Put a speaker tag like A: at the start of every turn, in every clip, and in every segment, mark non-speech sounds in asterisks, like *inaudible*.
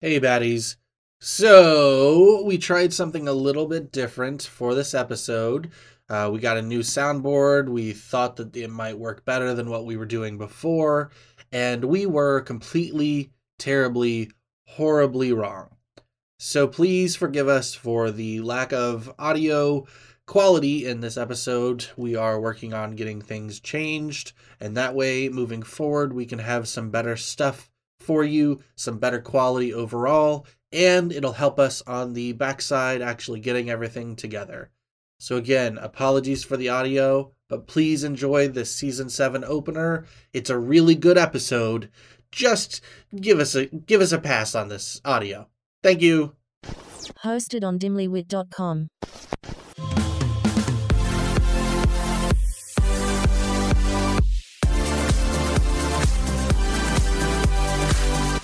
A: Hey, baddies. So, we tried something a little bit different for this episode. Uh, we got a new soundboard. We thought that it might work better than what we were doing before. And we were completely, terribly, horribly wrong. So, please forgive us for the lack of audio quality in this episode. We are working on getting things changed. And that way, moving forward, we can have some better stuff for you, some better quality overall, and it'll help us on the backside actually getting everything together. So, again, apologies for the audio, but please enjoy this season 7 opener. It's a really good episode. Just give us a give us a pass on this audio. Thank you.
B: Hosted on dimlywit.com.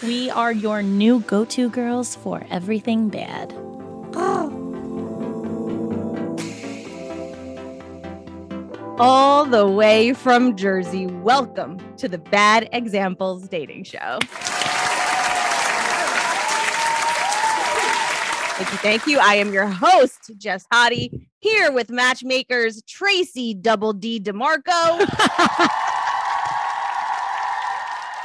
C: We are your new go to girls for everything bad.
D: all the way from Jersey. Welcome to the Bad Examples Dating Show. Thank you. Thank you. I am your host, Jess Hottie, here with matchmakers Tracy Double D DeMarco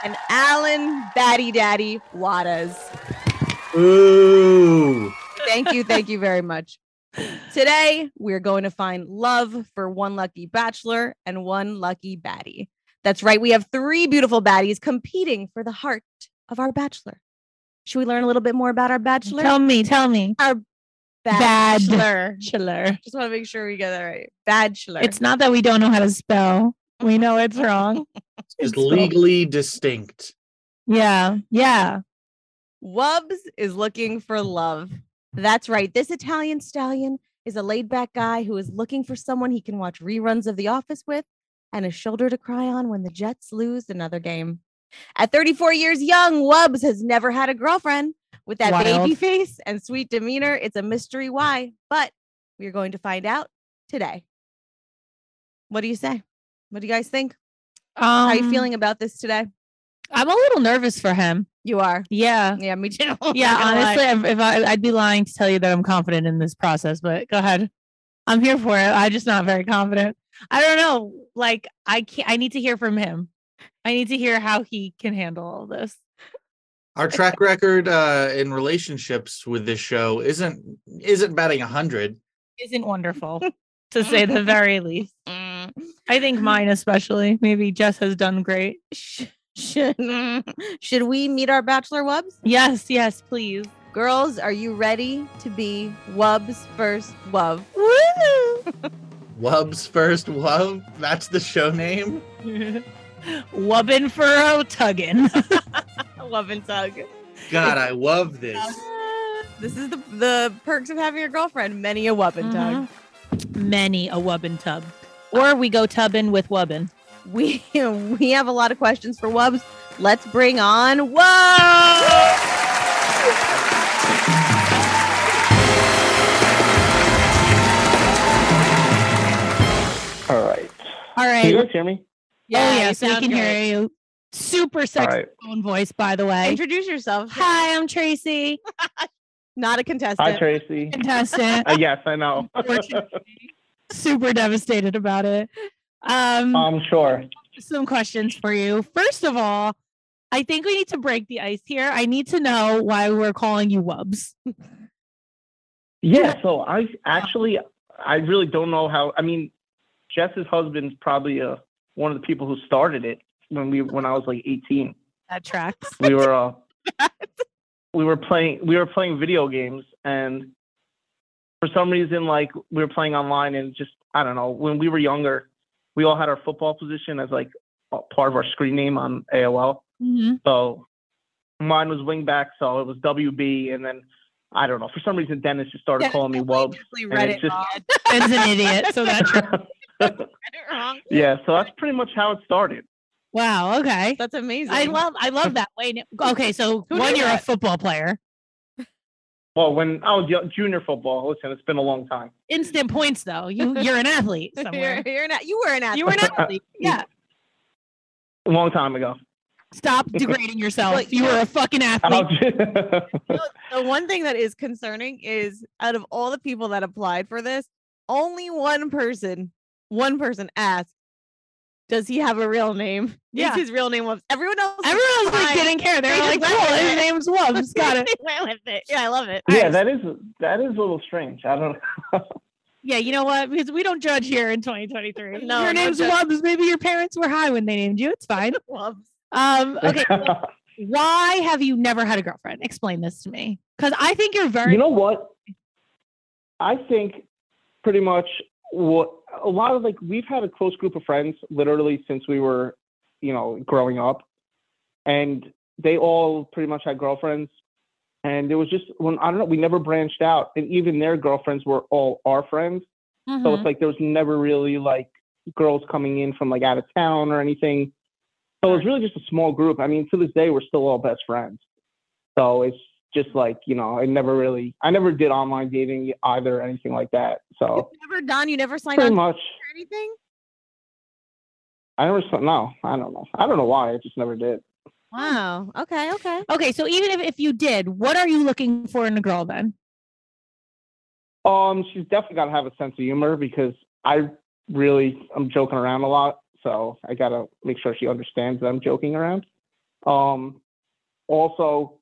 D: and Alan Batty Daddy Wadas.
A: Ooh.
D: Thank you. Thank you very much. Today, we're going to find love for one lucky bachelor and one lucky baddie. That's right. We have three beautiful baddies competing for the heart of our bachelor. Should we learn a little bit more about our bachelor?
C: Tell me, tell me. bad.
D: bachelor.
C: Chiller.
D: Just want to make sure we get that right. Bachelor.
C: It's not that we don't know how to spell. We know it's wrong.
A: Is legally distinct.
C: Yeah. Yeah.
D: Wubs is looking for love. That's right. This Italian stallion is a laid back guy who is looking for someone he can watch reruns of The Office with and a shoulder to cry on when the Jets lose another game. At 34 years young, Wubs has never had a girlfriend. With that baby
C: Wild.
D: face and sweet demeanor, it's a mystery why, but we're going to find out today. What do you say? What do you guys think?
C: Um,
D: How are you feeling about this today?
C: I'm a little nervous for him.
D: You are. *laughs*
C: Yeah.
D: Yeah, me too.
C: Yeah.
D: Not gonna lie.
C: honestly, if, if I, I'd be lying to tell you that I'm confident in this process, but go ahead. I'm here for it. I'm just not very confident. I don't know. Like, I can't, I need to hear from him. I need to hear how he can handle all this.
A: Our track record uh, in relationships with this show isn't isn't batting hundred.
C: Isn't *laughs* wonderful, to say the very least.
D: Mm.
C: I think mine especially. Maybe Jess has done great.
D: Sh- should, should we meet our bachelor wubs?
C: Yes, yes, please.
D: Girls, are you ready to be wubs first wub?
C: Woo!
A: Wub's first love. That's the show name.
C: Wubbin for a tuggin. Love and tug.
A: God, I love this.
D: Uh, This is the, the perks of having a girlfriend. Many a wub and tug.
C: Mm-hmm. Many a wubbin tub. Or we go tubbin with wubbin.
D: We *laughs* we have a lot of questions for wubs. Let's bring on wubs.
C: Oh,
E: All right.
C: All
E: Can you
C: right.
E: guys hear me?
C: oh,
D: you
C: yes, we
D: sound
C: can
D: great.
C: hear you. Super
E: All
C: sexy
E: right.
C: phone voice, by the way.
D: Introduce yourself.
C: Hi, I'm Tracy,
D: Not a contestant.
E: Hi, Tracy.
C: *laughs* contestant.
E: Uh, yes, I know.
C: Unfortunately, Super devastated about it. Um,
E: I'm sure.
C: some questions for you. First of all, I think we need to break the ice here. I need to know why we're calling you Wubs.
E: Yeah. So I actually, I really don't know how. I mean, Jess's husband's probably uh, one of the people who started it when we when I was like 18.
C: That tracks.
E: We were uh, we were playing we were playing video games and for some reason like we were playing online and just I don't know when we were younger we all had our
C: Mm-hmm.
E: football position as like a- part of our screen name on AOL.
C: Mhm.
E: So Mine was wingback, so it was WB, and then I don't know. For some reason, Dennis just started calling me Wub.
D: Definitely
E: and
D: read
E: it's
D: it
E: just-
D: wrong.
C: Ben's an idiot, so
D: *laughs*
C: that's
E: *laughs*
D: wrong.
E: yeah, so that's pretty much how it started.
C: wow. Okay,
D: *laughs* That's amazing.
C: I love I love that. Wait, okay, so
D: Who
C: one
D: knew
C: you're a
D: that?
C: football player,
E: Well, when I was yo- junior football, listen, it's been a long time.
C: instant points though.
D: *laughs*
C: You you're an athlete
D: *laughs* you're,
C: somewhere.
D: you're not. You were an athlete.
C: You were an athlete. Yeah.
E: A long time ago.
D: *laughs*
C: Stop degrading yourself.
D: Like,
C: You were a fucking
E: I'll
C: athlete.
E: ju-
D: The one thing that is concerning is out of all the people that applied for this, only one person, one person asked, "Does he have a real name? *laughs*
C: Yeah.
D: Is his real name Wubs?" Everyone else, *laughs*
C: Everyone else like
D: fine.
C: didn't care. They
D: They
C: were like,
D: just went
C: cool,
D: with
C: his
D: it.
C: name's Wubs. Got it. *laughs*
D: They went with it. Yeah, I love it.
E: *laughs* yeah, that is that is a little strange. I don't.
C: Yeah, you know what? Because we don't judge here in *laughs* 2023.
D: No,
C: your
D: no
C: name's
D: judge.
C: Wubs. Maybe your parents were high when they named you. It's *laughs* fine.
D: Wubs.
C: Um,
E: *laughs*
C: okay. Why have you never had a girlfriend? Explain this to me. Because I think you're very
E: you know what? I think pretty much what a lot of like we've had a close group of friends literally since we were, you know, growing up, and they all pretty much had girlfriends, and it was just when I don't know we never branched out, and even their girlfriends were all our friends, so it's
C: Mhm.
E: like there was never really like girls coming in from like out of town or anything. So it was really just a small group. I mean, to this day, we're still all best friends. So it's just like you know, I never really, I never did online dating either, or anything like that. So
D: You've never done. You never signed on
E: pretty
D: *laughs* for
E: much,
D: anything.
E: I never. s- No, I don't know. I don't know why. I just never did.
D: Wow. Okay.
C: *laughs*
D: Okay.
C: okay. So even if, if you did, what are you looking for in a girl then?
E: Um, she's definitely got to have a sense of humor because I really I'm joking around a lot, so I gotta make sure she understands that I'm joking around. Um, also,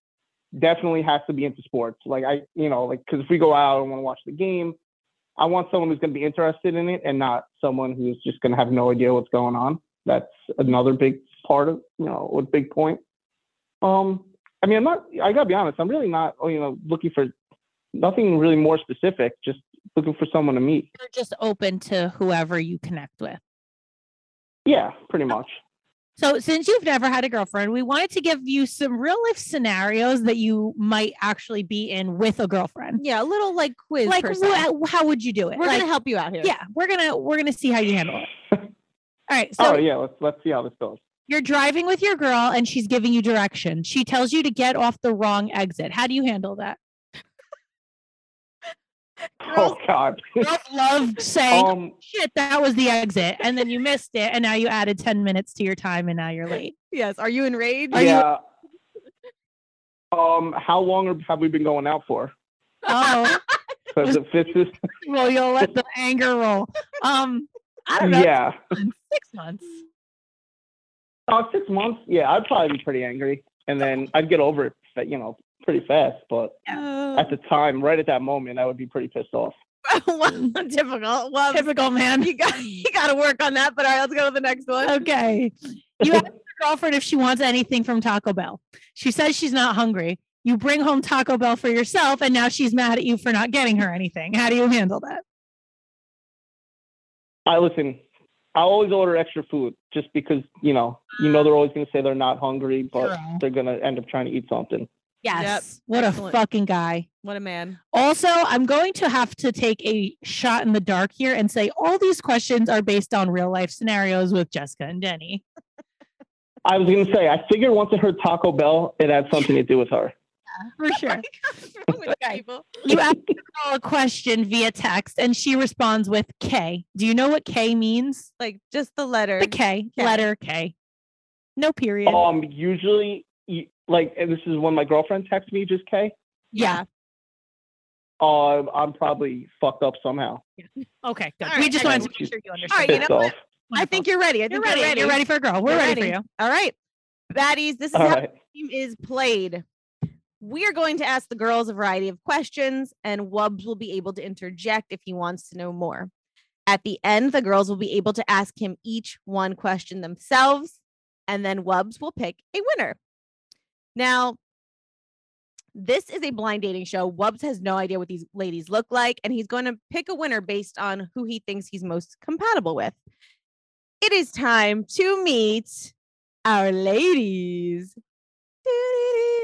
E: definitely has to be into sports. Like I, you know, like because if we go out and want to watch the game, I want someone who's gonna be interested in it and not someone who's just gonna have no idea what's going on. That's another big part of you know a big point. Um, I mean, I'm not. I gotta be honest. I'm really not. You know, looking for nothing really more specific. Just looking for someone to meet.
C: You're just open to whoever you connect with.
E: Yeah, pretty much.
C: So, since you've never had a girlfriend, we wanted to give you some real life scenarios that you might actually be in with a girlfriend.
D: Yeah, a little like quiz.
C: Like,
D: per se.
C: wha- how would you do it?
D: *laughs* we're
C: Like,
D: gonna help you out here.
C: yeah, we're gonna we're gonna see how you handle it. All right, so
E: oh yeah, let's let's see how this goes.
C: you're driving with your girl, and she's giving you direction. She tells you to get off the wrong exit. How do you handle *laughs* that?
E: Oh God.
C: Girls love saying,
E: um,
C: "Shit, that was the exit," and then you missed it, and now you added ten minutes to your time, and now you're late.
D: Yes. Are you *laughs* enraged?
E: yeah. Um, how long have we been going out for?
C: *laughs* Oh,
E: Because if it's just,
C: well, you'll let the anger roll. Um, I don't know,
E: yeah,
C: six months.
E: uh, six months. Yeah, I'd probably be pretty angry, and then I'd get over it, but, you know, pretty fast. But at
D: Uh,
E: the time, right at that moment, I would be pretty pissed off.
D: well, *laughs* difficult. Well,
C: Typical man.
D: Um, you got *laughs* you got to work on that. But all right, let's go to the next one.
C: okay. You ask your girlfriend if she wants anything from Taco Bell. She says she's not hungry. You bring home Taco Bell for yourself, and now she's mad at you for not getting her anything. How do you handle that?
E: I listen. I always order extra food just because you know you know they're always gonna say they're not hungry, but
C: True.
E: they're gonna end up trying to eat something.
D: Yes.
C: What
D: Excellent.
C: a fucking guy.
D: What a man. *laughs*
C: Also, I'm going to have to take a shot in the dark here and say all these questions are based on real life scenarios with Jessica and Denny.
E: I was gonna say I figured once I heard Taco Bell, it had something to do with her.
C: For sure.
D: What's wrong with
C: Okay.
D: people?
C: *laughs* you ask the girl a question via text, and she responds with K. Do you know what K means?
D: Like just the letter.
C: The K,
D: K.
C: letter K. No period.
E: Um, usually, y- like and this is when my girlfriend texts me, just K.
C: yeah.
E: Uh, I'm probably fucked up somehow.
C: Okay. Good.
D: All
C: we
D: right,
C: just
E: I
C: wanted
E: know
C: to
E: what
C: make
E: you-
C: sure you
D: All
C: understand.
D: right, you
E: Pissed
D: know
E: off.
D: I think you're ready. I think
C: you're ready. You're ready for a girl. We're
D: You're
C: ready,
D: ready.
C: for you.
D: All right, baddies. This is
E: All
D: how
E: right.
D: the game is played. We are going to ask the girls a variety of questions, and Wubs will be able to interject if he wants to know more. At the end, the girls will be able to ask him each one question themselves, and then Wubs will pick a winner. Now, this is a blind dating show. Wubs has no idea what these ladies look like, and he's going to pick a winner based on who he thinks he's most compatible with. It is time to meet our ladies.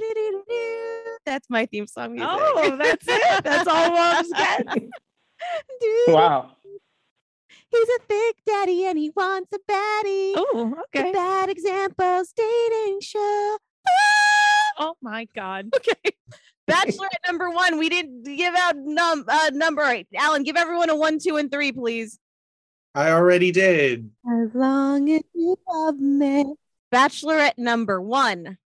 D: doo-doo-doo-doo-doo-doo. That's my theme song music. *laughs*
C: Oh, that's it. That's all moms get.
D: Doo-doo.
E: Wow.
D: He's a thick daddy and he wants a baddie.
C: Oh,
D: The *laughs*
C: okay.
D: Bad examples dating show.
C: Oh my God.
D: Okay. Bachelorette number one. We didn't give out num uh, number eight. Alan, give everyone a one, two, and three, please.
A: I already did.
D: As long as you love me. Bachelorette number one.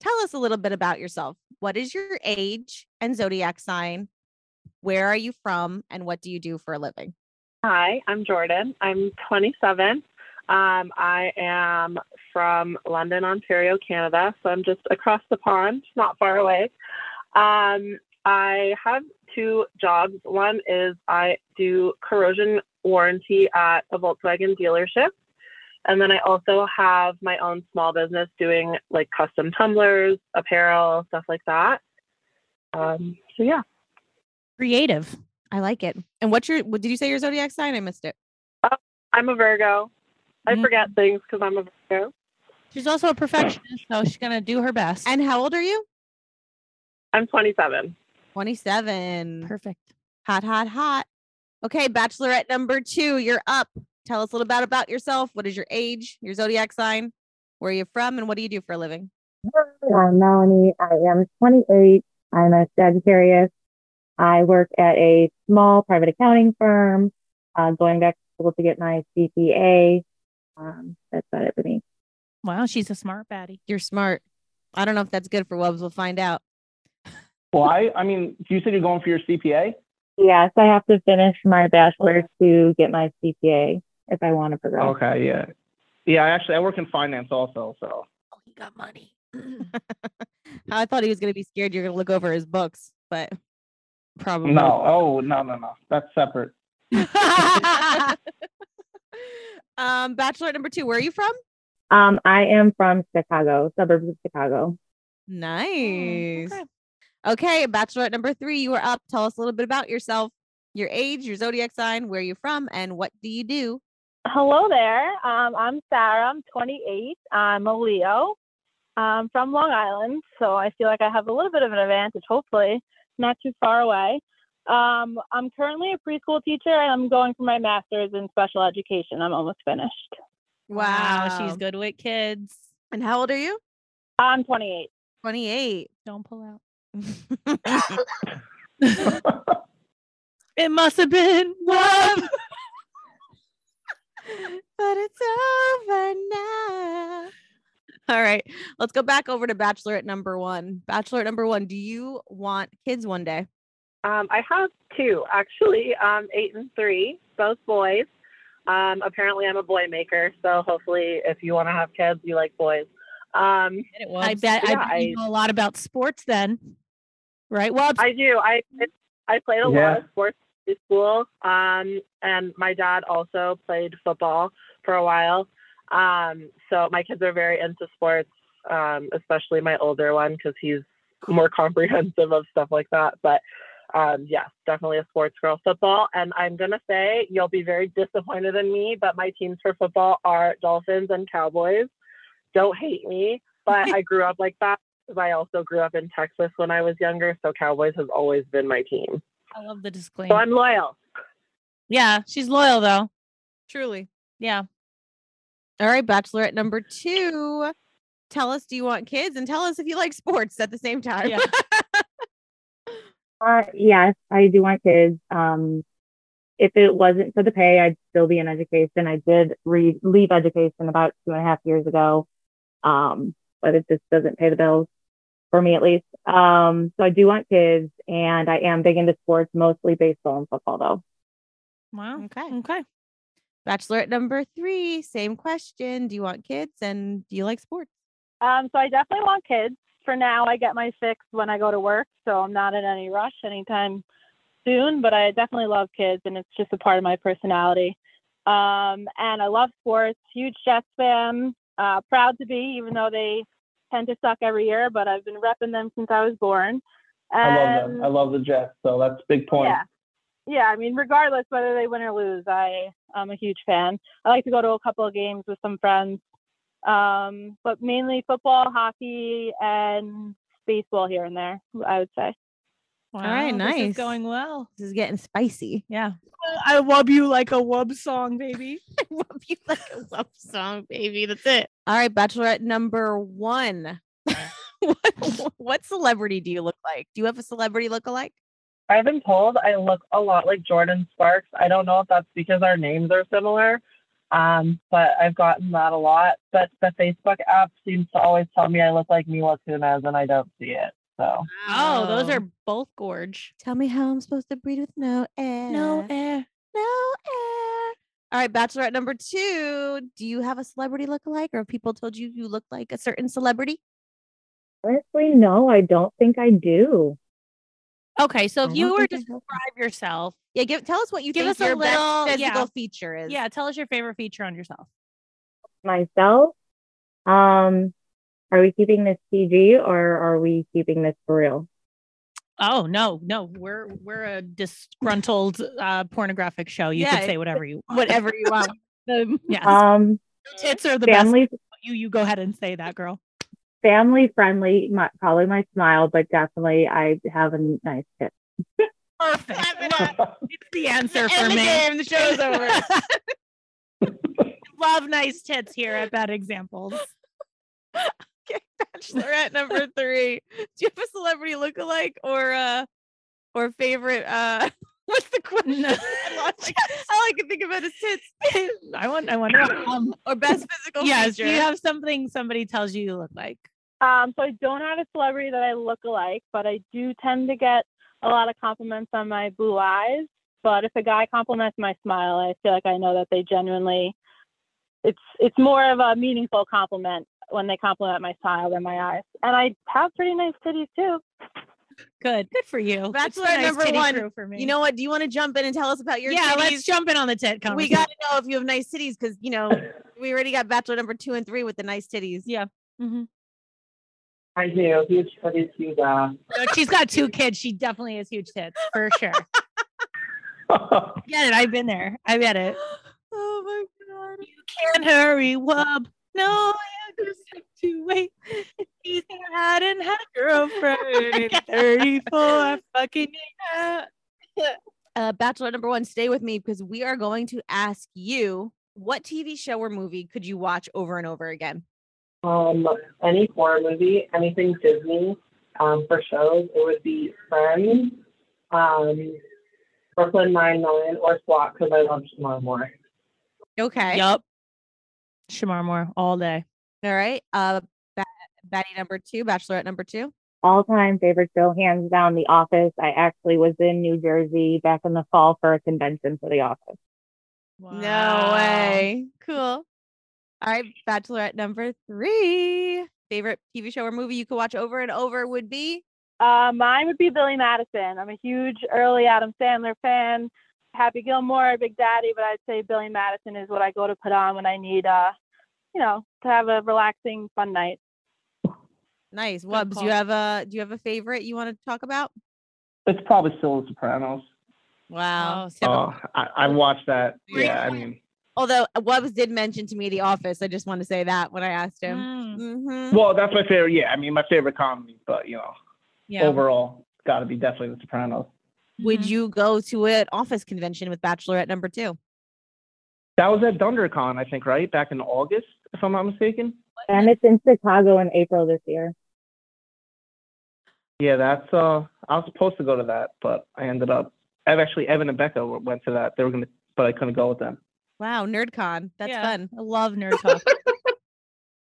D: Tell us a little bit about yourself. What is your age and zodiac sign? Where are you from? And what do you do for a living?
F: Hi, I'm Jordan. I'm 27. Um, I am from London, Ontario, Canada. So I'm just across the pond, not far away. Um, I have two jobs. One is I do corrosion warranty at a Volkswagen dealership. And then I also have my own small business doing like custom tumblers, apparel, stuff like that. Um, so yeah.
C: Creative.
D: I like it. And what's your, what did you say your zodiac sign? I missed it.
F: I'm a Virgo. I
C: Mm.
F: forget things because I'm a Virgo.
C: She's also a perfectionist, so she's gonna do her best.
D: And how old are you?
F: I'm 27.
D: 27.
C: perfect.
D: Hot, hot, hot. Okay, Bachelorette number two, you're up. Tell us a little bit about yourself. What is your age, your zodiac sign, where are you from, and what do you do for a living?
G: I'm Melanie. I am 28. I'm a Sagittarius. I work at a small private accounting firm, uh, going back to school to get my CPA. Um, that's about it for me.
C: Wow, she's a smart baddie.
D: You're smart. I don't know if that's good for Wubs. We'll find out.
E: Why? I mean, you said you're going for your CPA.
G: Yes, I have to finish my bachelor's to get my CPA if I want to progress.
E: Okay. Yeah. Yeah. I Actually, I work in finance also. So
C: Oh, you got money.
D: I thought he was going to be scared you're going to look over his books, but probably.
E: no. Oh no no no. That's separate.
D: *laughs* um, Bachelorette number two, where are you from?
G: Um, I am from Chicago, suburbs of Chicago.
D: Nice. Okay, Bachelorette number three, you are up. Tell us a little bit about yourself, your age, your zodiac sign, where you're from, and what do you do?
H: Hello there. Um, I'm Sarah. I'm 28. I'm a Leo. I'm from Long Island, so I feel like I have a little bit of an advantage, hopefully, not too far away. Um, I'm currently a preschool teacher and I'm going for my master's in special education. I'm almost finished.
C: Wow, she's good with kids.
D: And how old are you?
H: I'm 28.
D: 28.
C: Don't pull out.
D: Love.
C: It must have been love.
D: *laughs* but it's over now. All right, let's go back over to Bachelorette number one. Bachelorette number one, do you want kids one day?
F: Um, I have two, actually, um, eight and three, both boys. Um, apparently, I'm a boy maker, so hopefully, if you want to have kids, you like boys. Um,
C: It was. I bet. I
F: Yeah,
C: bet you
F: I-
C: know a lot about sports then, right? Well,
F: I do. I I played a
E: Yeah.
F: lot of sports in school, um, and my dad also played football for a while. Um, so my kids are very into sports, um, especially my older one because he's more *laughs* comprehensive of stuff like that. But um, yes, definitely a sports girl. Football, and I'm gonna say you'll be very disappointed in me, but my teams for football are Dolphins and Cowboys. Don't hate me, but I grew up like that because I also grew up in Texas when I was younger, so Cowboys has always been my team.
C: I love the
F: So
C: disclaimer.
F: I'm loyal.
C: Yeah, she's loyal though.
D: Truly.
C: Yeah.
D: All right, Bachelorette number two, tell us do you want kids and tell us if you like sports at the same time.
C: Yeah.
G: Uh, yes, I do want kids. Um, if it wasn't for the pay, I'd still be in education. I did re- leave education about two and a half years ago, um, but it just doesn't pay the bills for me at least. Um, so I do want kids, and I am big into sports, mostly baseball and football, though.
C: Wow.
D: Okay.
C: Okay.
D: Bachelorette number three, same question. Do you want kids and do you like sports?
H: Um, so I definitely want kids. For now, I get my fix when I go to work, so I'm not in any rush anytime soon. But I definitely love kids, and it's just a part of my personality. Um, and I love sports. Huge Jets fan. Uh, proud to be, even though they tend to suck every year. But I've been repping them since I was born.
E: I love
G: Um,
H: And-
E: them. I love the Jets. So that's a big point.
H: yeah. Yeah, I mean, regardless whether they win or lose, I am a huge fan. I like to go to a couple of games with some friends. Um, but mainly football, hockey, and baseball here and there, I would say.
C: Wow,
D: right,
C: This
D: nice.
C: is going well.
D: This is getting spicy.
C: Yeah. I wub you like a wub song, baby. *laughs*
D: Love you like a love song,
C: Baby, that's it.
D: All right, Bachelorette number one. *laughs* what, what celebrity do you look like? Do you have a celebrity look alike?
F: I've been told I look a lot like Jordan Sparks. I don't know if that's because our names are similar, um, but I've gotten that a lot. But the Facebook app seems to always tell me I look like Mila Kunis, and I don't see it. So
C: Oh, those are both gorge.
D: Tell me how I'm supposed to breathe with no air.
C: No air.
D: No air. All right, Bachelorette number two. Do you have a celebrity look alike or have people told you you look like a certain celebrity?
G: Honestly, no, I don't think I do.
C: Okay, so
G: I
C: if
G: don't
C: you were to *laughs*
G: think I have-
C: describe yourself,
D: Yeah, give tell us what you
C: Give us
D: think
C: a
D: your best
C: little- yeah.
D: physical feature is.
C: yeah, tell us your favorite feature on yourself.
G: myself. Um, are we keeping this PG or are we keeping this for real?
C: Oh no, no, we're we're a disgruntled uh, pornographic show. You
D: Yeah,
C: could say whatever you want. *laughs*
D: Whatever you want. *laughs* The
C: Yes,
G: Um,
C: tits are the best.
G: family
C: You you go ahead and say that, girl.
G: family friendly, my, probably my smile, but definitely I have a nice tip.
C: Perfect. *laughs* Love- it's the answer for
D: End the
C: me.
D: game. The show is
C: *laughs*
D: over.
C: Love nice tits here at Bad Examples.
D: Bachelorette *laughs* number three. Do you have a celebrity look alike or uh or favorite uh *laughs* what's the question?
C: *laughs* No.
D: I lost my-
C: *laughs*
D: All I can think about is tits
C: I want. I wonder. Um,
D: *laughs* or best physical
C: yes, do
D: feature.
C: you have something somebody tells you you look like?
H: Um, so I don't have a celebrity that I look alike, but I do tend to get a lot of compliments on my blue eyes. But if a guy compliments my smile, I feel like I know that they genuinely it's it's more of a meaningful compliment when they compliment my smile than my eyes. And I have pretty nice titties too.
C: Good. Good for you. It's the
D: Bachelorette number
C: titty
D: one,
C: crew for me.
D: You know what? Do you want to jump in and tell us about your
C: yeah,
D: titties?
C: let's jump in on the tit
D: we got to know if you have nice titties because you know we already got bachelor number two and three with the nice titties.
C: Yeah. hmm
F: I do. He's pretty cute. Uh,
C: *laughs* She's got two kids. She definitely has huge tits for sure. *laughs* Get it? I've been there. I get it.
D: Oh my god!
C: Can't hurry, wub. No, I
D: *laughs*
C: just have to wait. He's had and had a *laughs* girlfriend *laughs* in 34 fucking years.
D: *laughs* Uh, bachelor number one, stay with me because we are going to ask you what TV show or movie could you watch over and over again?
F: um, any horror movie, anything Disney, um, for shows, it would be Friends, um, Brooklyn Nine Nine, or SWAT because I love Shamar Moore.
D: Okay.
C: Yup. Shamar Moore all day.
D: All right. Uh, ba- Batty number two, bachelorette number two.
G: All time favorite show, hands down, The Office. I actually was in New Jersey back in the fall for a convention for The Office.
D: No way. Cool. All right. Bachelorette number three. Favorite TV show or movie you could watch over and over would be
H: Uh, mine would be Billy Madison. I'm a huge early Adam Sandler fan. Happy Gilmore, Big Daddy, but I'd say Billy Madison is what I go to put on when I need, uh, you know, to have a relaxing, fun night.
D: nice. Wubs,
C: call. Oh,
D: you have a do you have a favorite you want to talk about?
E: *laughs* It's probably still The Sopranos.
D: Wow.
C: Oh, so-
E: Oh, I, I watched that.
D: Really?
E: Yeah, I mean,
D: Although uh, Wubs did mention to me The Office. I just want to say that when I asked him.
C: Mm,
D: hmm
E: well, that's my favorite. Yeah, I mean, my favorite comedy, but you know,
C: yeah.
E: overall, got to be definitely The Sopranos.
D: Would
C: Mhm.
D: you go to an office convention with Bachelorette number two?
E: That was at DunderCon, I think, right? Back in August, if I'm not mistaken.
G: And it's in Chicago in April this year.
E: Yeah, that's. uh I was supposed to go to that, but I ended up. I've actually Evan and Becca w- went to that. They were gonna, but I couldn't go with them.
D: Wow, NerdCon. That's
C: Yeah.
D: fun.
C: I love nerd talk.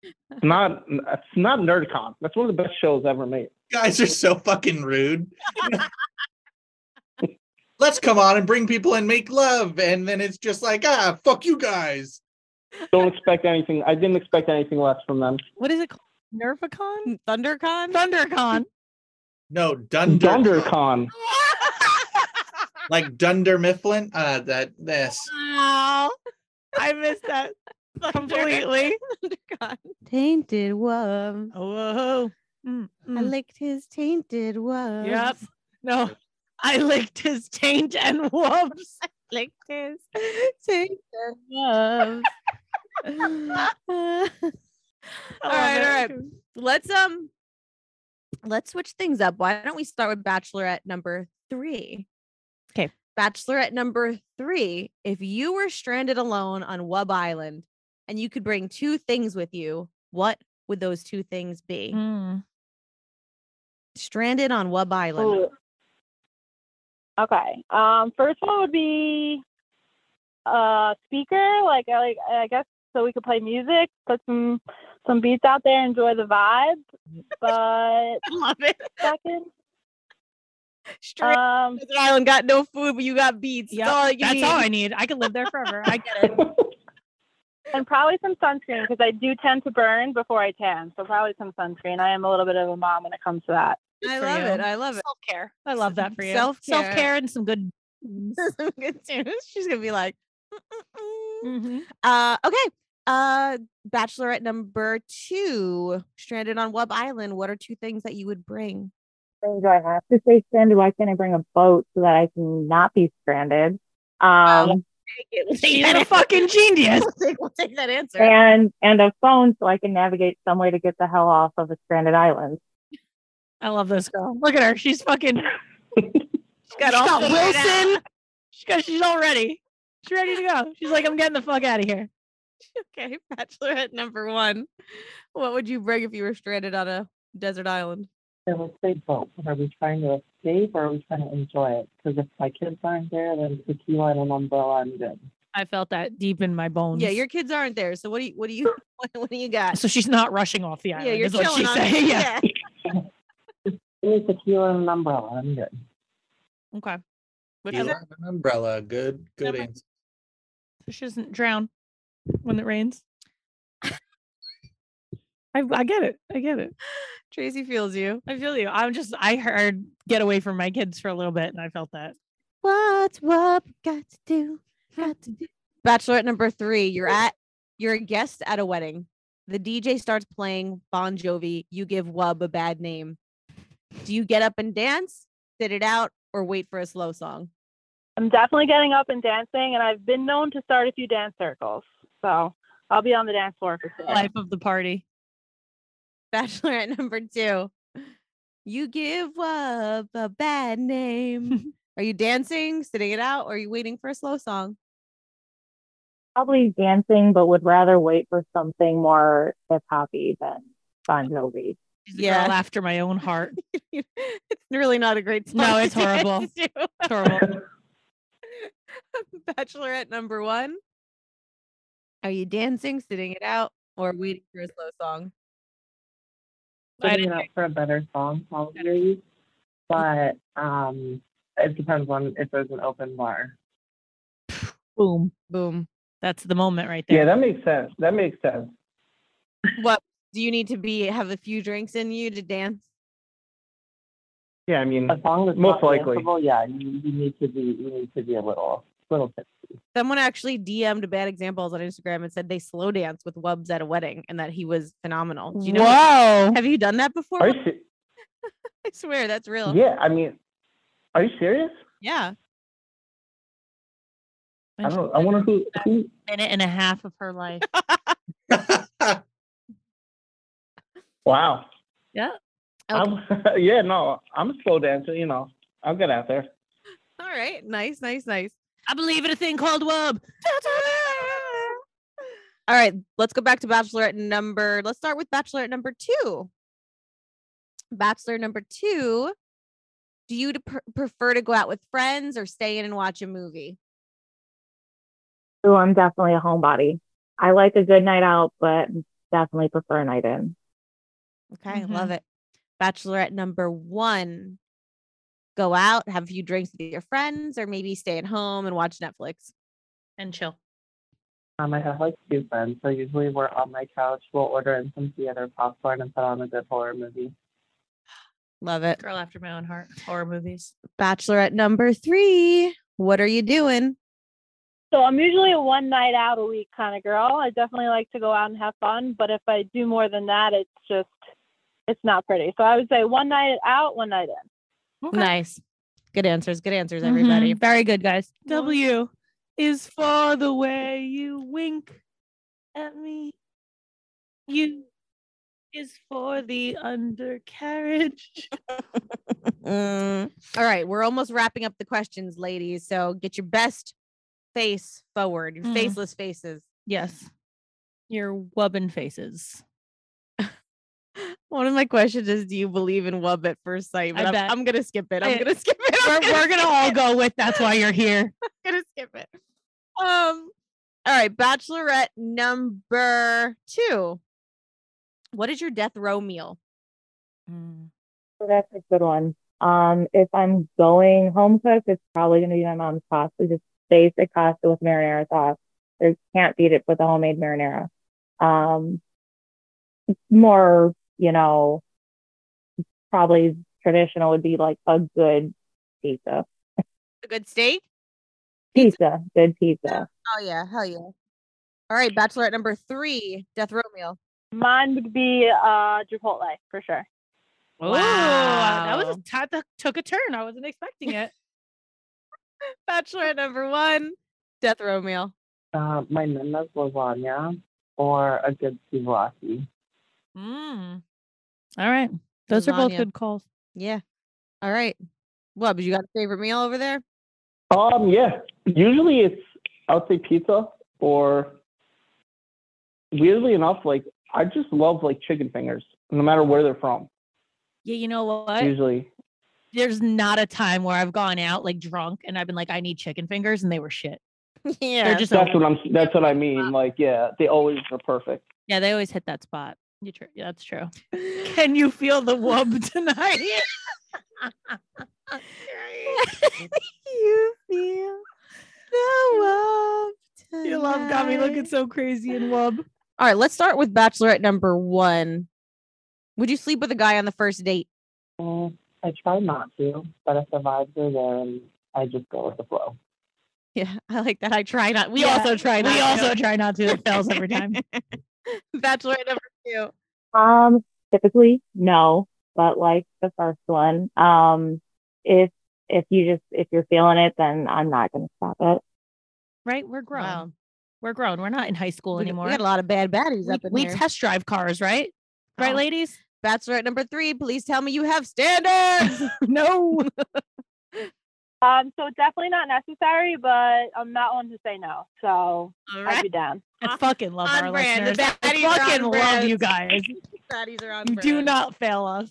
E: It's not. It's not NerdCon. That's one of the best shows ever made.
A: guys are so fucking rude. Let's come on and bring people and make love, and then it's just like ah, fuck you guys.
E: Don't expect anything. I didn't expect anything less from them.
C: *laughs* what is it called? Nerficon?
D: ThunderCon?
C: ThunderCon.
A: No, Dunder,
E: uh,
A: *laughs*
E: DunderCon.
A: like Dunder Mifflin. Uh, that this.
C: Wow. I missed
D: *laughs*
C: that completely.
D: ThunderCon. Tainted Wubs.
C: *laughs* Whoa. Mm,
D: I
C: mm.
D: licked his tainted wubs.
C: Yep. No. I licked his taint and *laughs* whoops.
D: Licked *laughs* his tainted wubs. all right, all right. Let's um let's switch things up. Why don't we start with Bachelorette number three?
C: 'Kay.
D: Bachelorette number three. If you were stranded alone on Wub Island and you could bring two things with you, what would those two things be?
C: Mm.
D: Stranded on Wub Island.
C: Oh.
H: Ooh. Okay. Um, first one would be a speaker, like I like I guess so we could play music, put some some beats out there, enjoy the
I: *laughs*
H: vibe. But
D: *laughs* I love it.
H: second,
D: Stranded
H: um,
D: on an island, got no food, but you got beats.
C: Yep,
D: That's all you
C: that's
D: need.
C: all I need. I could live there forever. I get *laughs* it.
H: and probably some sunscreen because I do tend to burn before I tan, so probably some sunscreen. I am a little bit of a mom when it comes to that.
D: I
C: for
D: love
C: you.
D: it. I love it. *laughs*
H: Self care.
C: I love that for you.
D: Self-care.
C: Self care and some good.
D: Some good tunes. She's gonna be like, "Mm, mm, mm."
C: Mhm.
D: Uh, okay. Uh, Bachelorette number two, stranded on Wub Island. What are two things that you would bring?
G: thing do I have to stay stranded? Why can't I bring a boat so that I can not be stranded? Um,
D: *laughs*
C: She's a fucking genius.
D: We'll take, we'll take that answer.
G: and and a phone so I can navigate some way to get the hell off of a stranded island.
C: *laughs* I love this girl. Look at her. She's fucking.
D: She
C: She's got
D: figured out.
C: Wilson. She got, she's all ready. She's ready to go. She's like, I'm getting the fuck out of here.
D: Okay, *laughs* Bachelorette number one. What would you bring if you were stranded on a desert island?
I: It was say both. Oh, Are we trying to escape or are we trying to enjoy it? Because if my kids aren't there, then tequila and an umbrella, I'm good.
C: I felt that deep in my bones.
D: Yeah, your kids aren't there. So what do you what do you *laughs* what, what do you got?
C: So she's not rushing off the island.
D: yeah, you're
C: is what
D: chilling
C: she's
D: on *laughs*
C: saying. *laughs* Yeah.
I: Give me tequila and an umbrella, I'm good.
C: Okay. But
A: You have an umbrella. Good, good
C: Never-
A: answer.
C: she doesn't drown when it rains. I, I get it. I get it.
D: Tracy feels you.
C: I feel you. I'm just, I heard get away from my kids for a little bit and I felt that.
D: What's what got to do? Got to do. Bachelorette number three. You're at you're a guest at a wedding. The DJ starts playing Bon Jovi. You give Wub a bad name. Do you get up and dance, sit it out, or wait for a slow song? *laughs*
H: I'm definitely getting up and dancing, and I've been known to start a few dance circles. So I'll be on the dance floor for sure.
C: Life of the party.
D: Bachelorette number two. You give Wub a bad *laughs* name. are you dancing, sitting it out, or are you waiting for a slow song?
G: Probably dancing, but would rather wait for something more hip hoppy than Bon Jovi.
C: She's a girl
D: Yeah.
C: after my own heart.
D: *laughs* it's really not a great song.
C: No,
D: to
C: it's
D: dance
C: horrible.
D: to.
C: It's
E: *laughs*
C: horrible.
D: Bachelorette number one. Are you dancing, sitting it out, or waiting for a slow song?
C: I
I: Sitting it up for a better song, probably. But um, it depends on if there's an open bar.
C: Boom.
D: Boom.
C: That's the moment right there.
E: Yeah, that makes sense. That makes sense.
D: What do you need to be? Have a few drinks in you to dance?
E: Yeah, I mean,
I: As long as
E: Most
I: not
E: likely.
I: danceable, Oh, yeah, you, you need to be you need to be a little little tipsy.
D: Someone actually DM'd bad examples on Instagram and said they slow dance with Wubs at a wedding and that he was phenomenal. Do you know?
C: Whoa.
D: Have you done that before?
E: are you se-
D: *laughs* I swear that's real.
E: yeah, I mean, are you serious?
D: yeah.
E: I don't. I wonder who who
C: minute and a half of her
E: *laughs*
C: life.
A: *laughs*
E: Wow.
C: Yeah.
E: I'm, *laughs* yeah, no, I'm a slow dancer, you know. I'll get out there.
D: All right. Nice, nice, nice.
C: I believe in a thing called wub.
D: *laughs* All right, let's go back to bachelorette number. Let's start with bachelorette number two. Bachelor number two. Do you to pr- prefer to go out with friends or stay in and watch a movie?
G: So I'm definitely a homebody. I like a good night out, but definitely prefer a night in.
D: Okay, love it. Bachelorette number one. Go out, have a few drinks with your friends, or maybe stay at home and watch Netflix.
C: And chill.
I: Um, I have like two friends, so usually we're on my couch. We'll order in some theater popcorn and put on a good horror movie.
D: Love it.
C: Girl after my own heart. Horror movies.
D: Bachelorette number three. What are you doing?
H: So I'm usually a one night out a week kind of girl. I definitely like to go out and have fun, but if I do more than that, it's just it's not pretty. So I would say one night out, one night in.
D: Nice. Good answers. Good answers,
C: Mhm.
D: everybody. Mm-hmm. Very good, guys.
C: W is for the way you wink at me. You is for the
E: *laughs*
C: undercarriage.
D: Mm. All right, we're almost wrapping up the questions, ladies. So get your best face forward, your
C: Mm.
D: faceless faces.
C: Yes. Your wubbin
E: *laughs*
C: faces.
D: One of my questions is, do you believe in love at first sight?
C: I
D: But I'm,
C: bet.
D: I'm gonna skip it. I'm
C: I-
D: gonna *laughs* skip it. I'm
C: We're, we're gonna
D: skip
C: all
D: it.
C: go with that's why you're here.
D: *laughs* gonna skip it. Um. All right, Bachelorette number two. What is your death row meal?
G: So that's a good one. Um, if I'm going home cooked, it's probably going to be my mom's pasta, just basic pasta with marinara sauce. There can't beat it with a homemade marinara. Um, more, you know, probably traditional would be like a good pizza.
D: A good steak?
G: Pizza, good pizza.
D: Oh yeah, hell yeah. All right, Bachelorette number three, death row meal.
H: Mine would be uh, Chipotle for sure.
C: Ooh, that was a
D: Wow.
C: t- that took a turn. I wasn't expecting it.
D: Bachelorette number one, death row meal.
I: Uh, my nana's lasagna or a good souvlaki.
C: Mm. All right. Those are both
D: Lasagna.
C: good calls.
D: Yeah. All right. What? But you got a favorite meal over there? *laughs*
E: Um, yeah. Usually it's I would say pizza or weirdly enough, like I just love like chicken fingers, no matter where they're from.
C: Yeah, you know what?
E: Usually.
C: There's not a time where I've gone out like drunk and I've been like, I need chicken fingers, and they were shit.
D: yeah.
C: They're just
E: That's
C: over-
E: what I'm that's what I mean. Like, yeah, they always are perfect.
C: yeah, they always hit that spot. You tr- yeah, that's *laughs* true. Can you feel the wub *laughs* tonight?
D: you feel *laughs* the love.
C: Your love got me looking
D: tonight.
C: so crazy and wub.
D: All right, let's start with Bachelorette number one. Would you sleep with a guy on the first date? *laughs*
I: Mm, I try not to, but if the vibes are there, and I just go with the flow.
D: Yeah, I like that. I try not. We
C: Yeah,
D: also *laughs* try not.
C: We
D: to.
C: also try not to. It fails every *laughs* time.
D: Bachelorette number two.
G: Um, typically no, but like the first one, um, if if you just if you're feeling it, then I'm not going to stop it.
C: Right? We're grown.
D: Wow.
C: We're grown. We're not in high school
D: We, we
C: anymore.
D: got a lot of bad baddies up in
C: we
D: here.
C: test drive cars, right? Right,
D: Oh.
C: ladies?
D: Bachelorette number three. Please tell me you have *laughs* standards.
C: *laughs* No.
H: Um, so it's definitely not necessary, but I'm not one to say no. So
D: All
H: I'd
D: right,
H: be down.
C: I fucking love
D: On
C: our
D: brand. The
C: listeners. I
D: baddies are on
C: fucking love you
D: brand. *laughs*
C: guys.
D: baddies are on.
C: You do not fail us.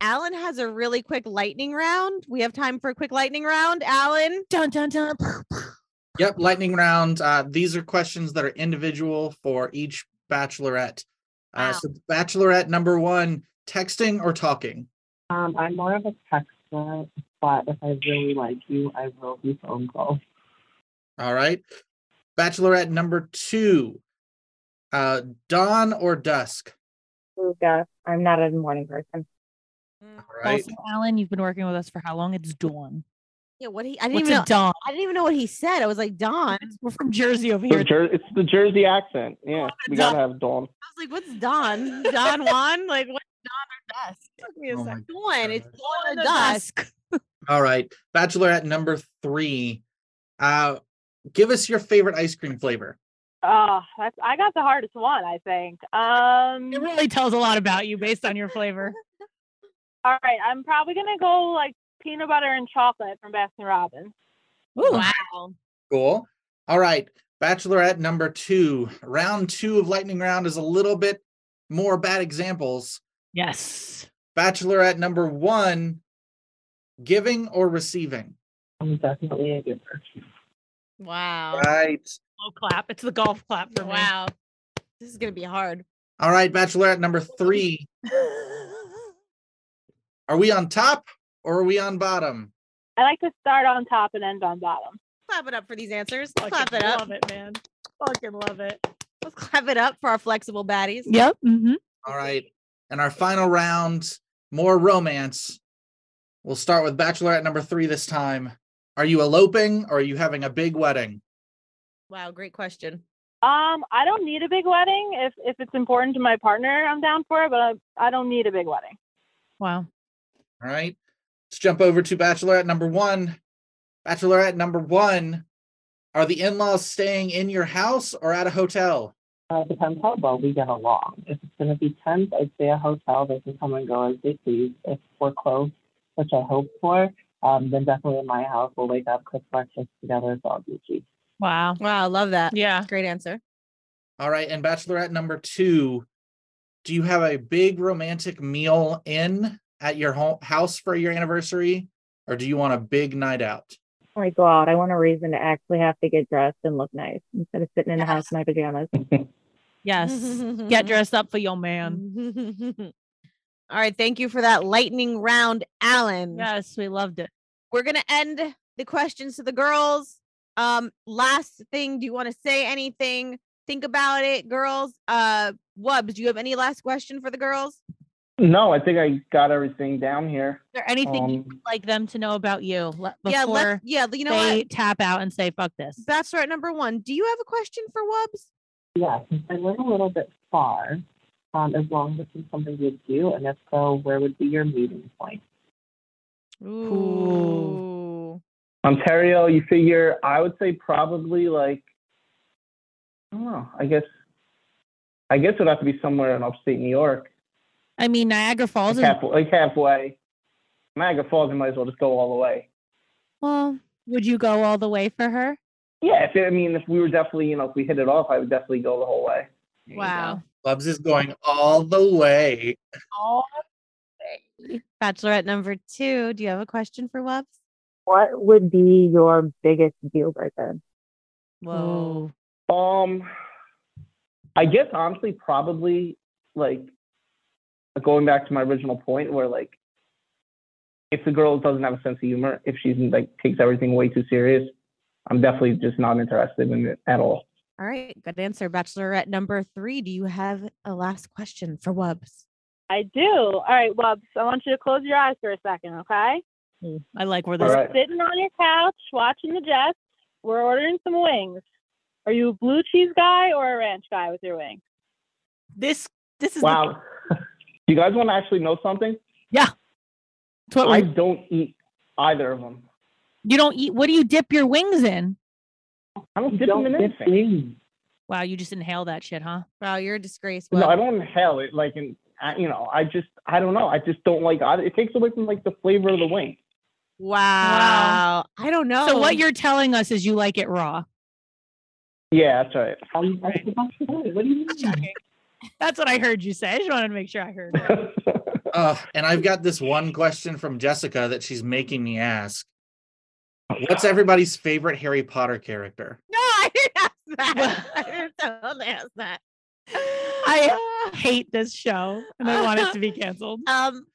D: Alan has a really quick lightning round. We have time for a quick lightning round. Alan,
C: Dun dun dun.
A: Yep, lightning round. Uh, these are questions that are individual for each bachelorette. Uh,
D: Wow.
A: So, bachelorette number one: texting or talking.
I: Um, I'm more of a texter, but if I really like you, I will do phone calls.
A: All right. Bachelorette number two: uh, dawn or dusk.
G: Luca, I'm not a morning person.
A: All right.
C: Also, Alan, you've been working with us for how long? It's dawn.
D: yeah, what he? I didn't
C: What's
D: even
C: a
D: know.
C: dawn?
D: I didn't even know what he said. I was like, Don. I
C: We're from Jersey over
E: The
C: here. Oh,
E: Jer- it's the Jersey accent. Yeah. We gotta have Dawn.
D: was like, what's
C: *laughs*
D: Don? Don Juan? Like, what's Don or Dusk? *laughs* Took me a
A: Oh my
D: second. Dawn. It's
A: gosh.
D: Dawn or Dusk.
A: All right. Bachelorette number three: uh, give us your favorite ice cream flavor.
H: Oh, that's I got the hardest one, I think.
C: It
H: Um
C: really tells a lot about you based on your
D: *laughs*
C: flavor.
H: all right, I'm probably gonna go like peanut butter and chocolate from Baskin Robbins.
C: Ooh.
D: Wow.
A: Cool. All right. Bachelorette number two. Round two of lightning round is a little bit more bad examples.
C: Yes.
A: Bachelorette number one, giving or receiving.
I: I'm definitely a giver.
D: Wow.
A: Right.
C: Low clap. It's the golf clap for me.
D: Wow. This is going to
A: *laughs*
D: be hard.
A: All right, Bachelorette number three. Are we on top or are we on bottom?
H: I like to start on top and end on bottom.
D: Clap it up for these answers.
C: Fucking
D: Clap it up.
C: Love it, man. Fucking love it.
D: Let's clap it up for our flexible baddies.
C: Yep. Mm-hmm.
A: All right. And our final round, more romance. We'll start with Bachelorette number three this time. Are you eloping or are you having a big wedding?
D: Wow, great question.
H: Um, I don't need a big wedding. If if it's important to my partner, I'm down for it. But I, I don't need a big wedding.
C: Wow.
A: All right. Let's jump over to Bachelorette number one. Bachelorette number one. Are the in laws staying in your house or at a hotel?
I: Uh, it depends how well we get along. If it's going to be tense, I'd say a hotel. They can come and go as they please. If we're close, which I hope for, um, then definitely in my house, we'll wake up, cook breakfast together. It's all Gucci.
C: Wow.
D: Wow, I love that.
C: Yeah.
D: Great answer.
A: All right. And Bachelorette number two. Do you have a big romantic meal in at your home house for your anniversary? Or do you want a big night out?
G: When I go out, I want a reason to actually have to get dressed and look nice instead of sitting in the house in my pajamas.
D: *laughs*
C: Yes. Get dressed up for your man.
D: Mm-hmm. All right. Thank you for that lightning round, Alan.
C: Yes, we loved it.
D: We're gonna end the questions to the girls. Um, last thing, do you want to say anything? Think about it, girls. Uh Wubs, do you have any last question for the girls?
E: No, I think I got everything down here.
C: Is there anything
E: Um,
C: you would like them to know about you le- before
D: yeah, let yeah, you know
C: they
D: what?
C: tap out and say fuck this?
D: That's right, number one. Do you have a question for Wubs?
I: Yeah, since I live a little bit far, um, as long as it's something you'd do, and if so, where would be your meeting point?
D: Ooh.
E: Ontario, you figure, I would say probably like, I don't know, I guess, I guess it would have to be somewhere in upstate New York,
C: I mean, Niagara Falls
E: like,
C: is
E: half, like halfway. Niagara Falls, you might as well just go all the way.
C: well. Would you go all the way for her?
E: Yeah, if it, I mean, if we were definitely, you know, if we hit it off, I would definitely go the whole way.
C: Wow.
A: Bubs is going all the way.
D: Bachelorette number two. Do you have a question for Wubs?
G: What would be your biggest deal breaker?
D: Whoa.
E: Um, I guess honestly, probably like going back to my original point where like if the girl doesn't have a sense of humor, if she's like takes everything way too serious, I'm definitely just not interested in it at all.
D: All right, good answer. Bachelorette number three. Do you have a last question for Wubs?
H: I do. All right, Wubs. I want you to close your eyes for a second, okay?
C: Ooh, I like where
E: All
C: this.
E: right.
H: Sitting on your couch, watching the Jets. We're ordering some wings. Are you a blue cheese guy or a ranch guy with your wings?
C: This this is the-
E: Wow. Do *laughs* you guys want to actually know something?
C: it's what
E: I
C: we-
E: don't eat either of them.
C: you don't eat. What do you dip your wings in?
E: I don't
I: You
E: dip
I: don't
E: them in
I: dip
E: anything.
I: in.
C: Wow, you just inhale that shit, huh?
D: Wow, you're a disgrace.
E: No,
D: Wub.
E: I don't inhale it. Like, and I- you know, I just, I don't know. I just don't like either. It takes away from like the flavor of the wing.
D: wow. I don't know.
C: So what you're telling us is you like it raw.
E: Yeah, that's right.
I: Um, I forgot to do it. What do you mean?
C: That's what I heard you say. I just wanted to make sure I heard. it.
A: Uh, and I've got this one question from Jessica that she's making me ask. What's everybody's favorite Harry Potter character?
D: *laughs* No, I didn't ask that. *laughs* I didn't totally ask that.
C: I hate this show, and I want it
D: *laughs*
C: to be canceled.
D: um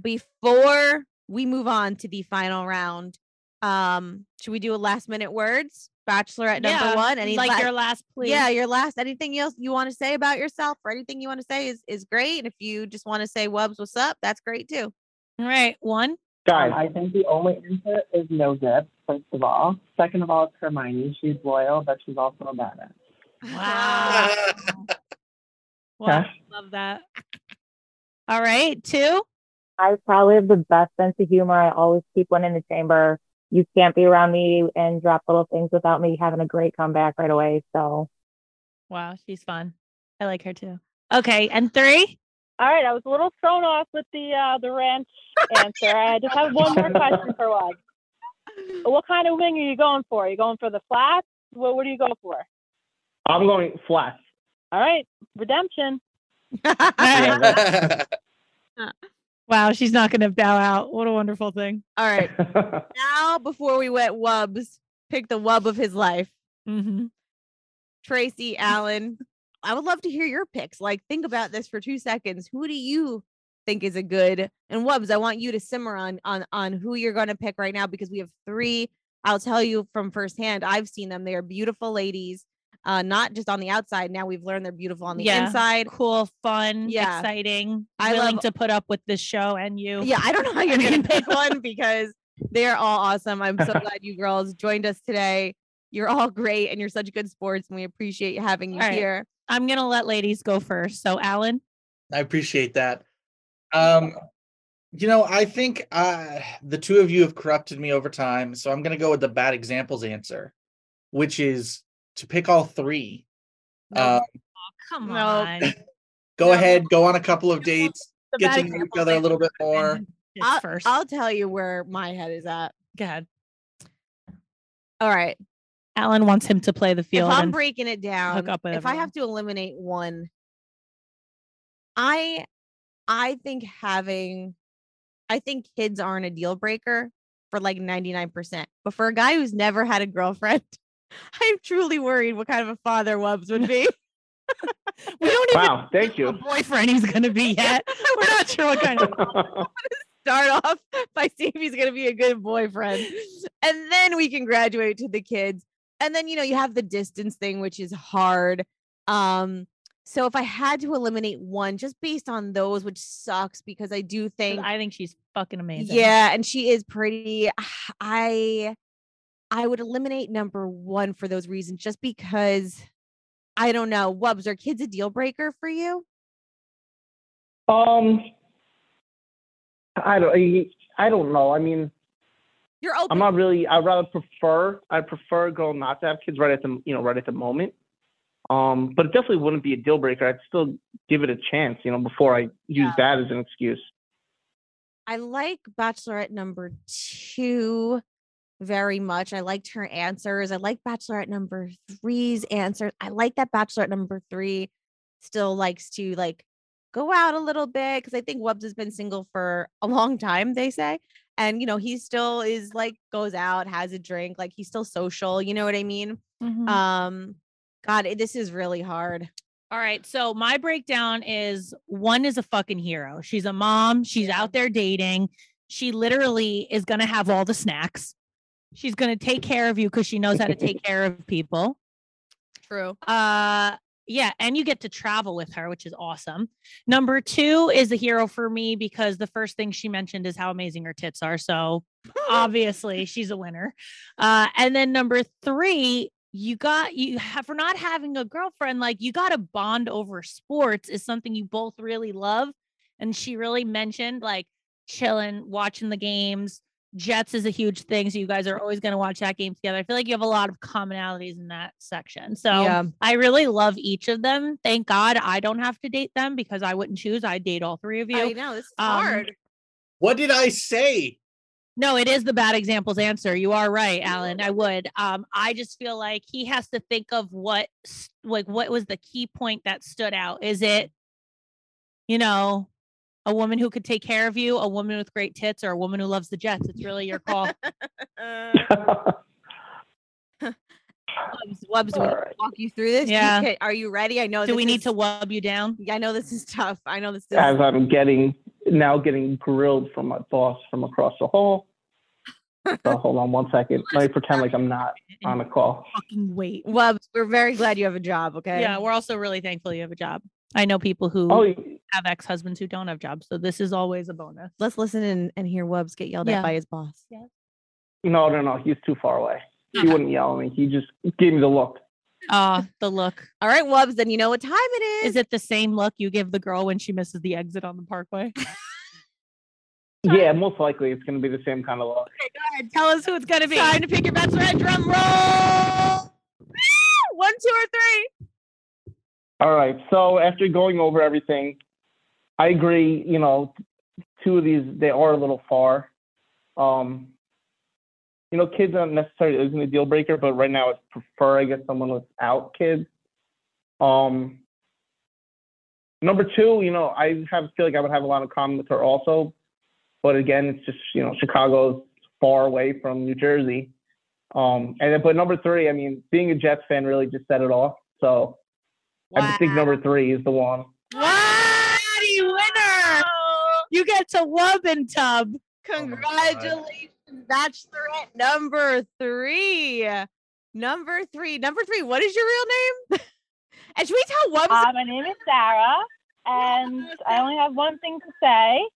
D: before we move on to the final round, um, should we do a last minute words? Bachelorette number
C: Yeah,
D: one. Any
C: like
D: la-
C: your last plea.
D: Yeah, your last anything else you want to say about yourself or anything you want to say is is great. And if you just want to say Wubs, what's up, that's great too.
C: All right.
D: *laughs*
C: One.
E: *laughs* Guys,
I: Um, I think the only answer is no dip, first of all. Second of all, it's Hermione. She's loyal, but she's also a badass.
C: Wow. Well,
E: Huh?
C: love that. All right. Two.
G: I probably have the best sense of humor. I always keep one in the chamber. You can't be around me and drop little things without me having a great comeback right away. So
C: Wow, she's fun. I like her too. Okay. And three.
H: All right, I was a little thrown off with the uh, the ranch answer. I just have one more question for Wubs. What kind of wing are you going for? Are you going for the flats? What, what do you go for?
E: I'm going flat. *laughs*
H: All right, redemption.
E: Yeah, that's-
C: Wow, she's not going to bow out. What a wonderful thing.
D: All right. Now before we went Wubs, pick the wub of his life.
C: Mm-hmm.
D: Tracy Allen. I would love to hear your picks. Like think about this for two seconds. Who do you think is a good and Wubs, I want you to simmer on on on who you're gonna pick right now because we have three. I'll tell you from firsthand, I've seen them. They are beautiful ladies, uh, not just on the outside. Now we've learned they're beautiful on the
C: Yeah.
D: inside.
C: Cool, fun,
D: Yeah.
C: exciting.
D: I
C: willing
D: love-
C: to put up with this show and you.
D: Yeah, I don't know how you're
C: mean-
D: gonna *laughs* pick one because they're all awesome. I'm *laughs* so glad you girls joined us today. You're all great and you're such good sports, and we appreciate having you
C: All right.
D: here.
C: I'm gonna let ladies go first. So Alan,
A: I appreciate that. Um, you know, I think uh, the two of you have corrupted me over time, so I'm going to go with the bad examples answer, which is to pick all three. Um,
C: come
D: No.
C: on.
A: *coughs* go ahead, go on a couple of dates,
C: The
A: get
C: bad
A: to know each
C: examples
A: other a
C: answer
A: little bit more.
C: is
D: I'll,
C: first.
D: I'll tell you where my head is at.
C: go ahead.
D: All right.
C: Alan wants him to play the field.
D: If I'm
C: and-
D: breaking it down,
C: up with
D: if I
C: everyone.
D: have to eliminate one, I I think having I think kids aren't a deal breaker for like 99%. But for a guy who's never had a girlfriend, *laughs* I'm truly worried what kind of a father Wubs
C: *laughs*
D: would be.
C: we don't even
E: Wow, thank
C: know
E: you. *laughs*
C: what boyfriend he's gonna *laughs*
D: *laughs*
C: be yet. We're not sure what kind of
D: Start *laughs* off by seeing if he's gonna be a good boyfriend. And then we can graduate to the kids. And then you know, you have the distance thing, which is hard. Um, so if I had to eliminate one just based on those, which sucks because I do think
C: *laughs* I think she's fucking amazing.
D: Yeah, and she is pretty. *sighs* I I would eliminate number one for those reasons, just because I don't know. Wubs, are kids a deal breaker for you?
E: um, I don't. I- I don't know. I mean,
D: You're open.
E: I'm not really. I rather prefer. I prefer a girl not to have kids right at the you know right at the moment. Um, but it definitely wouldn't be a deal breaker. I'd still give it a chance. You know, before I use that as an excuse.
D: I like Bachelorette number two very much. I liked her answers. I like Bachelorette number three's answers. I like that Bachelorette number three still likes to like go out a little bit because I think Webbs has been single for a long time, they say. And you know, he still is like goes out, has a drink, like he's still social, you know what I mean?
C: Mhm.
D: Um God, it- this is really hard.
C: All right. So my breakdown is one is a fucking hero. She's a mom. She's out there dating. She literally is going to have all the snacks. She's going to take care of you because she knows how to take care of people.
D: True.
C: Uh, yeah. And you get to travel with her, which is awesome. Number two is a hero for me because the first thing she mentioned is how amazing her tits are. So obviously she's a winner uh and then number three you got you have for not having a girlfriend like you got to bond over sports is something you both really love and she really mentioned like chilling watching the games jets is a huge thing so you guys are always going to watch that game together i feel like you have a lot of commonalities in that section so
D: Yeah.
C: i really love each of them thank god i don't have to date them because i wouldn't choose i date all three of you
D: I know this is
C: Um,
D: hard.
C: *laughs*
A: What did I say?
C: no, it is the bad examples answer. You are right, Alan. *laughs* I would. Um, I just feel like he has to think of what, s- like, what was the key point that stood out? Is it, you know, a woman who could take care of you, a woman with great tits, or a woman who loves the Jets? It's really your *laughs* call. uh,
E: *laughs*
D: Wubs, Wubs, we
E: All right.
D: walk you through this. You
C: Yeah.
D: can- are you ready? I know.
C: Do we
D: this
C: need
D: is-
C: to wub you down?
D: I know this is tough. I know this is.
E: As I'm getting now getting grilled from my boss from across the hall. So hold on one second. Let me pretend like I'm not on a call.
C: Fucking wait.
D: Wubs, we're very glad you have a job. Okay.
C: Yeah, we're also really thankful you have a job. I know people who
E: Oh,
C: have ex husbands who don't have jobs, so this is always a bonus.
D: Let's listen and, and hear Wubs get yelled
C: Yeah.
D: at by his boss.
E: No, no, no. He's too far away. He wouldn't yell at me. He just gave me the look.
C: Ah, the look.
D: All right, Wubs, then you know what time it is.
C: Is it the same look you give the girl when she misses the exit on the parkway?
E: Yeah, most likely it's going to be the same kind of look.
C: Tell us who it's gonna be. Ah,
D: Time
C: to pick your bachelorette drum roll.
D: one, two, or three?
E: All right. So after going over everything, I agree. You know, two of these they are a little far. Um, you know, kids aren't necessarily isn't a deal breaker, but right now I prefer I guess someone without kids. Um, number two, you know, I have feel like I would have a lot of common with her also, but again, it's just you know Chicago's far away from New Jersey. Um, and then, but number three, I mean, being a Jets fan really just set it off. So I just think number three is the one.
C: What winner! You get to wub and tub.
D: Congratulations, Bachelorette number three. Number three. Number three. What is your real name? *laughs* and should we tell Wubs?
H: Uh, my name is Sarah, and I only have one thing to say.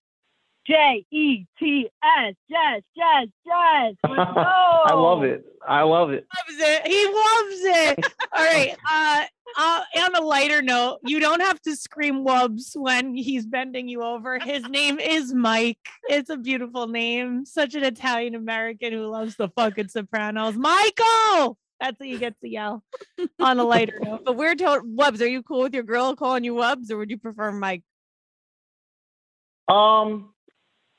H: J E T S, Jess, Jess, Jess. Let's go.
E: *laughs* I love it. I love it.
C: loves it. He loves it. All
D: *laughs*
C: right. Uh, uh, on a lighter note, you don't have to scream wubs when he's bending you over. His name is Mike. It's a beautiful name. Such an Italian American who loves the fucking Sopranos. Michael. That's what you get to yell. On a
D: *laughs*
C: lighter note,
D: but we're told Wubs. Are you cool with your girl calling you Wubs, or would you prefer Mike?
E: Um,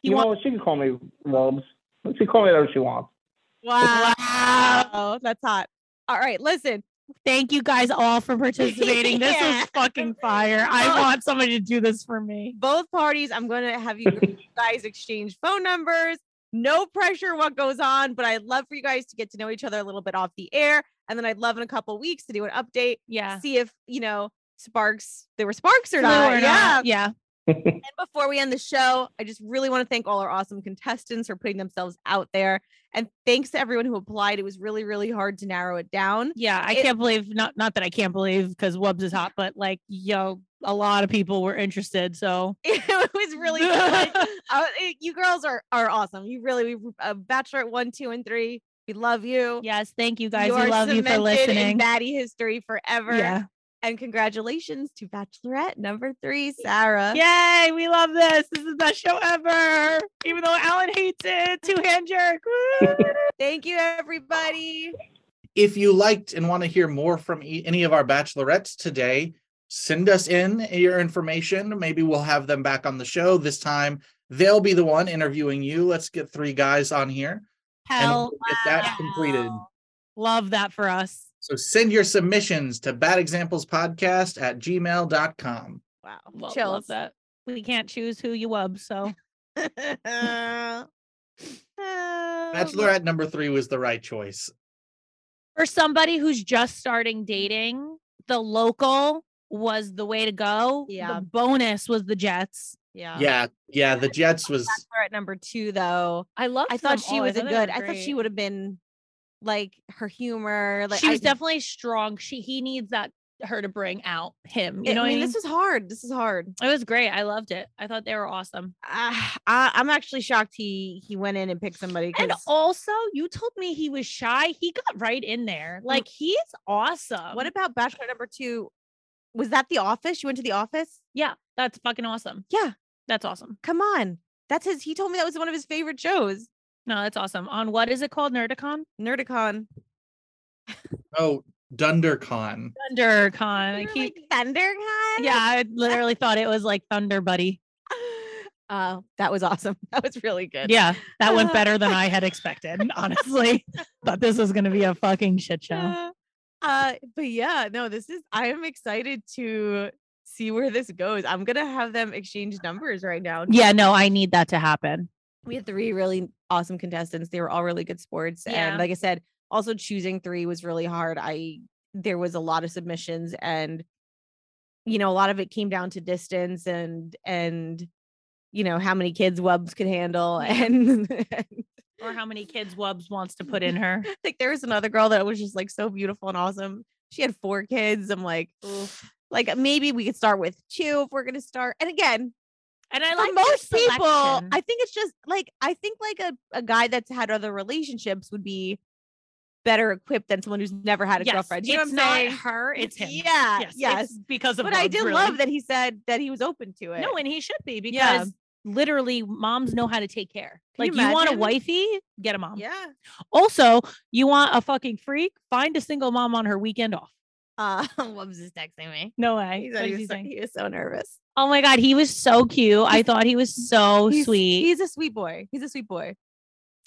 C: He
E: you know, she can call me Robs. She can call me whatever she wants. *laughs*
C: Wow.
D: Oh, that's hot. All right, listen.
C: Thank you guys all for participating. This
D: *laughs* Yeah. Oh.
C: is fucking fire. I want somebody to do this for me.
D: Both parties. I'm gonna have you *laughs* guys exchange phone numbers. No pressure what goes on, but I'd love for you guys to get to know each other a little bit off the air, and then I'd love in a couple weeks to do an update.
C: Yeah.
D: see if you know sparks there were sparks or
C: Blue
D: not.
C: or
D: yeah.
C: not. Yeah.
D: And before we end the show, I just really want to thank all our awesome contestants for putting themselves out there. And thanks to everyone who applied. It was really, really hard to narrow it down. *laughs*
C: Yeah, I
D: It-
C: can't believe not not that I can't believe because Wubs is hot, but like yo, a lot of people were interested. So
D: It was
C: *laughs*
D: really fun. Uh, it- you girls are are awesome. You really we uh, Bachelorette one, two, and three. We love you.
C: yes, thank you guys.
D: You
C: We
D: are
C: love you for
D: cemented In
C: listening.
D: Maddie history forever.
C: Yeah.
D: And congratulations to Bachelorette number three, Sarah.
C: Yay, we love this. This is the best show ever. Even though Alan hates it. Two hand jerk.
D: *laughs*
C: Woo!
D: Thank you, everybody.
A: If you liked and want to hear more from e- any of our bachelorettes today, send us in your information. Maybe we'll have them back on the show. This time, they'll be the one interviewing you. Let's get three guys on here and
C: Hell
A: we'll get that completed.
C: love that for us.
A: So send your submissions to badexamplespodcast at gmail.com.
D: Wow.
C: Love, love
D: Chills.
C: that. We can't choose who you wub,
D: *laughs*
C: so
D: Um, Oh,
A: Bachelorette number three was the right choice.
C: for somebody who's just starting dating, the local was the way to go.
D: Yeah.
C: The bonus was the Jets.
D: yeah.
A: yeah. Yeah. The Jets was.
D: Bachelorette number two, though.
C: I love.
D: I thought she was a good. I thought she would have been like her humor. Like
C: she
D: I-
C: was definitely strong. She he needs that her to bring out him. You
D: I
C: know, what
D: mean, this was hard. This is hard.
C: it was great. I loved it. I thought they were awesome.
D: Ah, I, I'm actually shocked he he went in and picked somebody.
C: And
D: 'cause
C: also, you told me he was shy. He got right in there. Like he's awesome.
D: what about Bachelor number two? Was that The Office? You went to The Office?
C: yeah, that's fucking awesome.
D: Yeah.
C: That's awesome.
D: Come on, that's his. He told me that was one of his favorite shows.
C: No, that's awesome. On what is it called? Nerdicon?
D: Nerdicon.
A: Oh, Dundercon.
C: ThunderCon.
D: You
C: I
D: were
C: keep
D: like,
C: *laughs*
D: ThunderCon. *laughs*
C: yeah, I literally thought it was like Thunder Buddy.
D: Uh, that was awesome. *laughs* That was really good.
C: Yeah, that went
D: Uh,
C: better than I *laughs* had expected, honestly. *laughs* Thought this was gonna be a fucking shit show.
D: Yeah. Uh, but yeah, no, this is. I am excited to see where this goes. I'm gonna have them exchange numbers right now.
C: Yeah, no, I need that to happen.
D: We had three really awesome contestants. They were all really good sports,
C: Yeah.
D: and like I said, also choosing three was really hard. I there was a lot of submissions, and you know, a lot of it came down to distance and and you know how many kids Wubs could handle, *laughs*
C: Yeah.
D: and,
C: Or how many kids Wubs wants to *laughs* put in her.
D: like there was another girl that was just like so beautiful and awesome. She had four kids. I'm like, like maybe we could start with two if we're gonna start. And again,
C: And I
D: for
C: like
D: most people, I think it's just like I think like a, a guy that's had other relationships would be better equipped than someone who's never had a girlfriend. You know
C: it's
D: what I'm
C: not
D: saying?
C: her, *laughs* it's him.
D: Yeah. Yes.
C: it's because of
D: But I
C: Wubs,
D: did
C: really.
D: love that he said that he was open to it.
C: No, and he should be because
D: Yeah.
C: literally moms know how to take care.
D: Can you
C: like you, want a
D: imagine?
C: wifey, get a mom.
D: yeah.
C: Also, you want a fucking freak, find a single mom on her weekend off.
D: Uh, *laughs* Wubs is texting me.
C: No way.
D: He
C: What
D: said
C: is
D: he
C: he
D: was, so,
C: saying?
D: he was so nervous.
C: Oh my god, he was so cute. I
D: He's-
C: thought he was so
D: He's-
C: sweet.
D: He's a Oh, sweet boy. He's a sweet boy.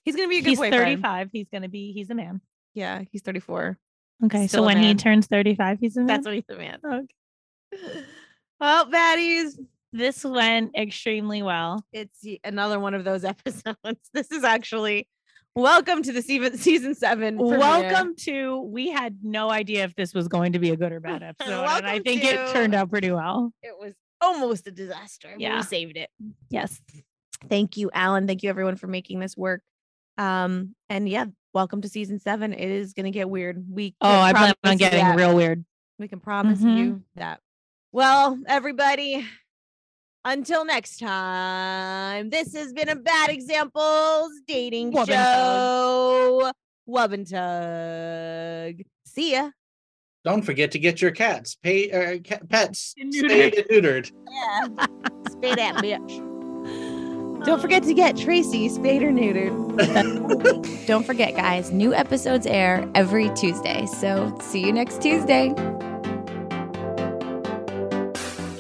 D: He's gonna be a good
C: he's
D: boyfriend.
C: 35. He's gonna be. He's a man.
D: Yeah, he's 34.
C: Okay,
D: Still
C: so
D: a
C: when he
D: man.
C: turns 35, he's a man.
D: That's what he's a man. Mm-hmm. Okay. *laughs* Well, baddies,
C: this went extremely well.
D: it's y- another one of those *laughs* episodes. This is actually welcome to the season season seven. premiere.
C: Welcome to. We
D: *laughs*
C: had no idea if this was going to be a good or bad episode, and I
D: Welcome
C: think it
D: to-
C: turned out pretty well.
D: It was almost a disaster. but
C: Yeah.
D: We saved it. Yes. Thank you, Alan. Thank you, everyone, for making this work. Um, and yeah, welcome to season seven. It is going to get weird. We
C: Oh,
D: can
C: I plan
D: promise
C: on
D: you
C: getting
D: that.
C: real weird.
D: We can promise
C: Mhm.
D: you that. Well, everybody, until next time, this has been a Bad Examples dating
C: Wub and tug.
D: show. Wub and Tug. See ya.
A: Don't forget to get your cats, pay, uh, ca- pets,
D: And
A: spayed and neutered.
D: Yeah. Spay that bitch. Don't forget to get Tracy spayed or neutered.
J: Don't forget, guys, new episodes air every Tuesday. So see you next Tuesday.